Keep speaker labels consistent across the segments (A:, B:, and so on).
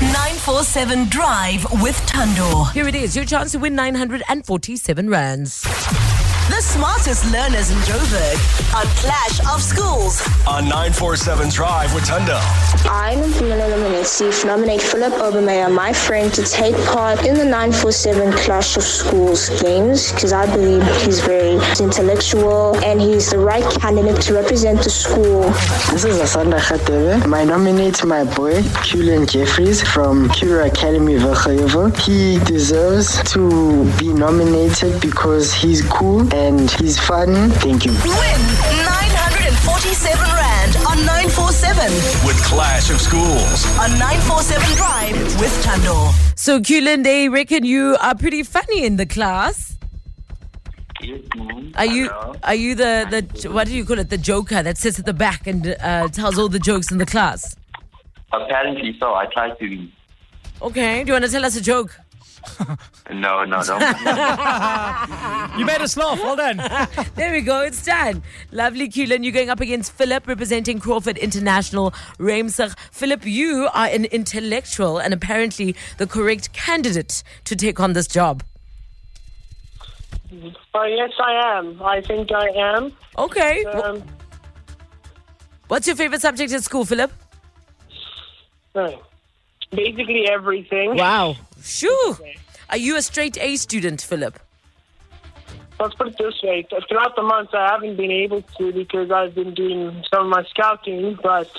A: 947 Drive with Tandor.
B: Here it is, your chance to win 947 rands.
A: The smartest learners in Joburg on Clash of Schools.
C: on 947 Drive with Tunda.
D: I'm Mpumelelo Manetsi, nominate Philip Obermeyer, my friend, to take part in the 947 Clash of Schools games because I believe he's very intellectual and he's the right candidate to represent the school.
E: This is Asanda Khatebe. My nominate my boy, Julian Jeffries from Cura Academy Vergevel. He deserves to be nominated because he's cool and he's fun. Thank you.
A: Win 947 Rand on 947
C: With Clash of Schools.
A: on 947 Drive with Tandor.
B: So, Kulin, they reckon you are pretty funny in the class. Are you are you the, the what do you call it the joker that sits at the back and uh, tells all the jokes in the class?
F: Apparently so. I tried to be.
B: Okay, do you want to tell us a joke?
F: No, no, no.
G: You made us laugh. Well done.
B: There we go, it's done. Lovely Kulin, you're going up against Philip representing Crawford International Ramsach. Philip, you are an intellectual and apparently the correct candidate to take on this job.
H: Oh, yes, I am. I think I am.
B: Okay. Wh-
H: Um,
B: What's your favorite subject at school, Philip?
H: no. Basically everything.
B: Wow. Shoo. Are you a straight A student, Philip?
H: Let's put it this way. th- Throughout the months, I haven't been able to because I've been doing some of my scouting, but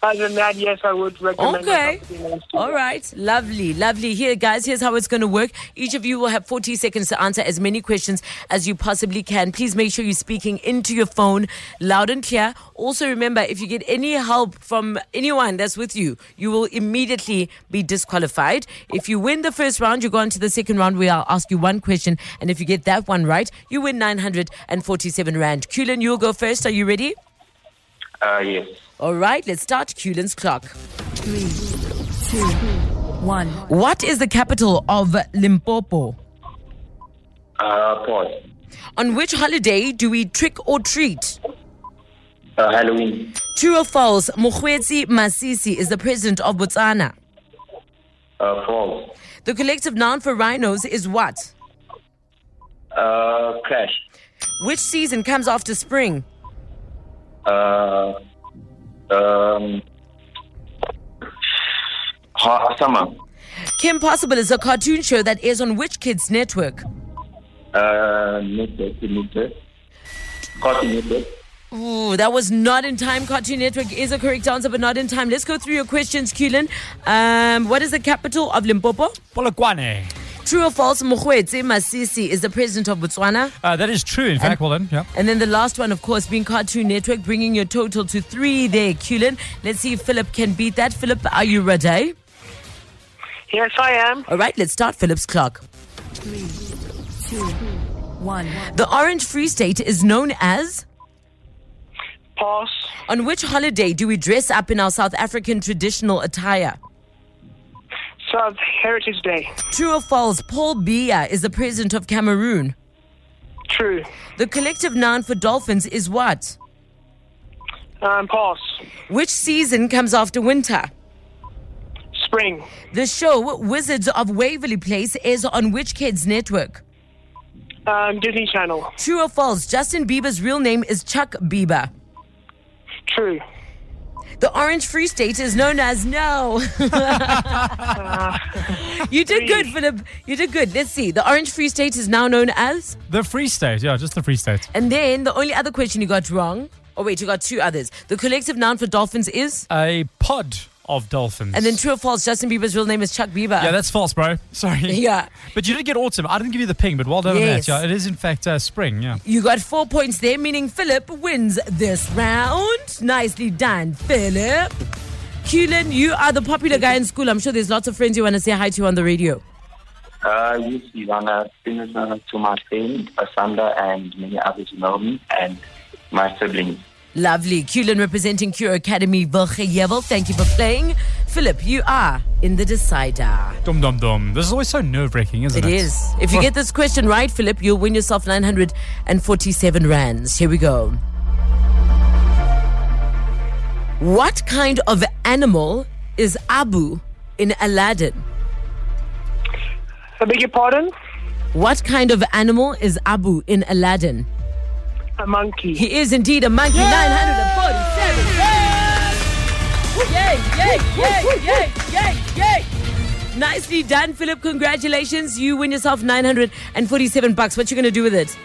H: other than that, yes, I would recommend
B: Okay.
H: myself to be an
B: All right, lovely, lovely. Here, guys, here's how it's going to work. Each of you will have 40 seconds to answer as many questions as you possibly can. Please make sure you're speaking into your phone loud and clear. Also, remember if you get any help from anyone that's with you, you will immediately be disqualified. If you win the first round, you go on to the second round where I'll ask you one question. And if you get that one right, you win 947 Rand. Kulin, you'll go first. Are you ready?
F: uh, yes.
B: All right, let's start Kulin's clock.
A: Three, two, one.
B: What is the capital of Limpopo?
F: Uh, pause.
B: On which holiday do we trick or treat?
F: Uh, Halloween.
B: True or false, Mukwezi Masisi is the president of Botswana.
F: Uh, false.
B: The collective noun for rhinos is what?
F: Uh, crash.
B: Which season comes after spring?
F: Uh, um, ha- summer.
B: Kim Possible is a cartoon show that airs on which kids' network?
F: Uh, network, network. Cotton network.
B: Ooh, that was not in time. Cartoon Network is a correct answer, but not in time. Let's go through your questions, Kulin. Um, what is the capital of Limpopo?
G: Polokwane.
B: True or false, Mukwezi Masisi is the president of Botswana.
G: Uh, that is true, in fact. Well done. Yeah.
B: And then the last one, of course, being Cartoon Network, bringing your total to three there, Kulin. Let's see if Philip can beat that. Philip, are you ready?
H: adult. Yes, I am.
B: All right, let's start Philip's clock.
A: Three, two, one.
B: The Orange Free State is known as.
H: Pass.
B: On which holiday do we dress up in our South African traditional attire?
H: South Heritage Day.
B: True or false, Paul Biya is the president of Cameroon.
H: True.
B: The collective noun for dolphins is what?
H: Um, pass.
B: Which season comes after winter?
H: Spring.
B: The show Wizards of Waverly Place is on which kids' network?
H: Um, Disney Channel.
B: True or false, Justin Bieber's real name is Chuck Bieber.
H: True.
B: The Orange Free State is known as no. you did good, Philip. You did good. Let's see. The Orange Free State is now known as.
G: The Free State. Yeah, just the Free State.
B: And then the only other question you got wrong. Oh, wait, you got two others. The collective noun for dolphins is.
G: A pod of dolphins.
B: And then true or false, Justin Bieber's real name is Chuck Bieber.
G: Yeah, that's false, bro. Sorry.
B: Yeah.
G: But you did get autumn. I didn't give you the ping, but well done
B: Yes.
G: on that. Yeah, it is, in fact, uh, spring. Yeah.
B: you got four points there, meaning Philip wins this round. Nicely done, Philip. Kulin, you are the popular guy in school. I'm sure there's lots of friends you want to say hi to on the radio.
F: Uh, yes, Ivana, Sinisa, to my friend, Asanda, and many others who know me, and my siblings.
B: Lovely. Kulin representing Cure Academy Vilgejevel. Thank you for playing. Philip, you are in the decider.
G: Dum dum dum. This is always so nerve wracking, isn't
B: It
G: it?
B: is. If you get this question right, Philip, you'll win yourself 947 rands. Here we go. What kind of animal is Abu in Aladdin?
H: I beg your pardon?
B: What kind of animal is Abu in Aladdin?
H: A monkey.
B: He is indeed a monkey. 947. Yay! Yay, yay, yay, yay, yay. Nicely done, Philip. Congratulations. You win yourself 947 bucks. What you going to do with it?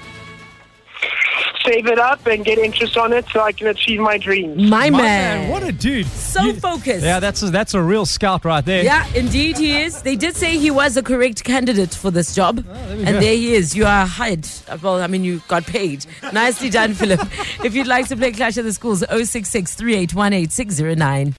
H: Save it up and get interest on it so I can achieve my dreams.
B: My,
G: My
B: man.
G: man, what a dude.
B: So focused.
G: Yeah, that's a, that's a real scout right there.
B: Yeah, indeed he is. They did say he was the correct candidate for this job.
G: Oh, there we
B: and
G: go.
B: there he is. You are hired. Well, I mean, you got paid. oh Nicely done, Philip. If you'd like to play Clash of the Schools, 066 3818 609.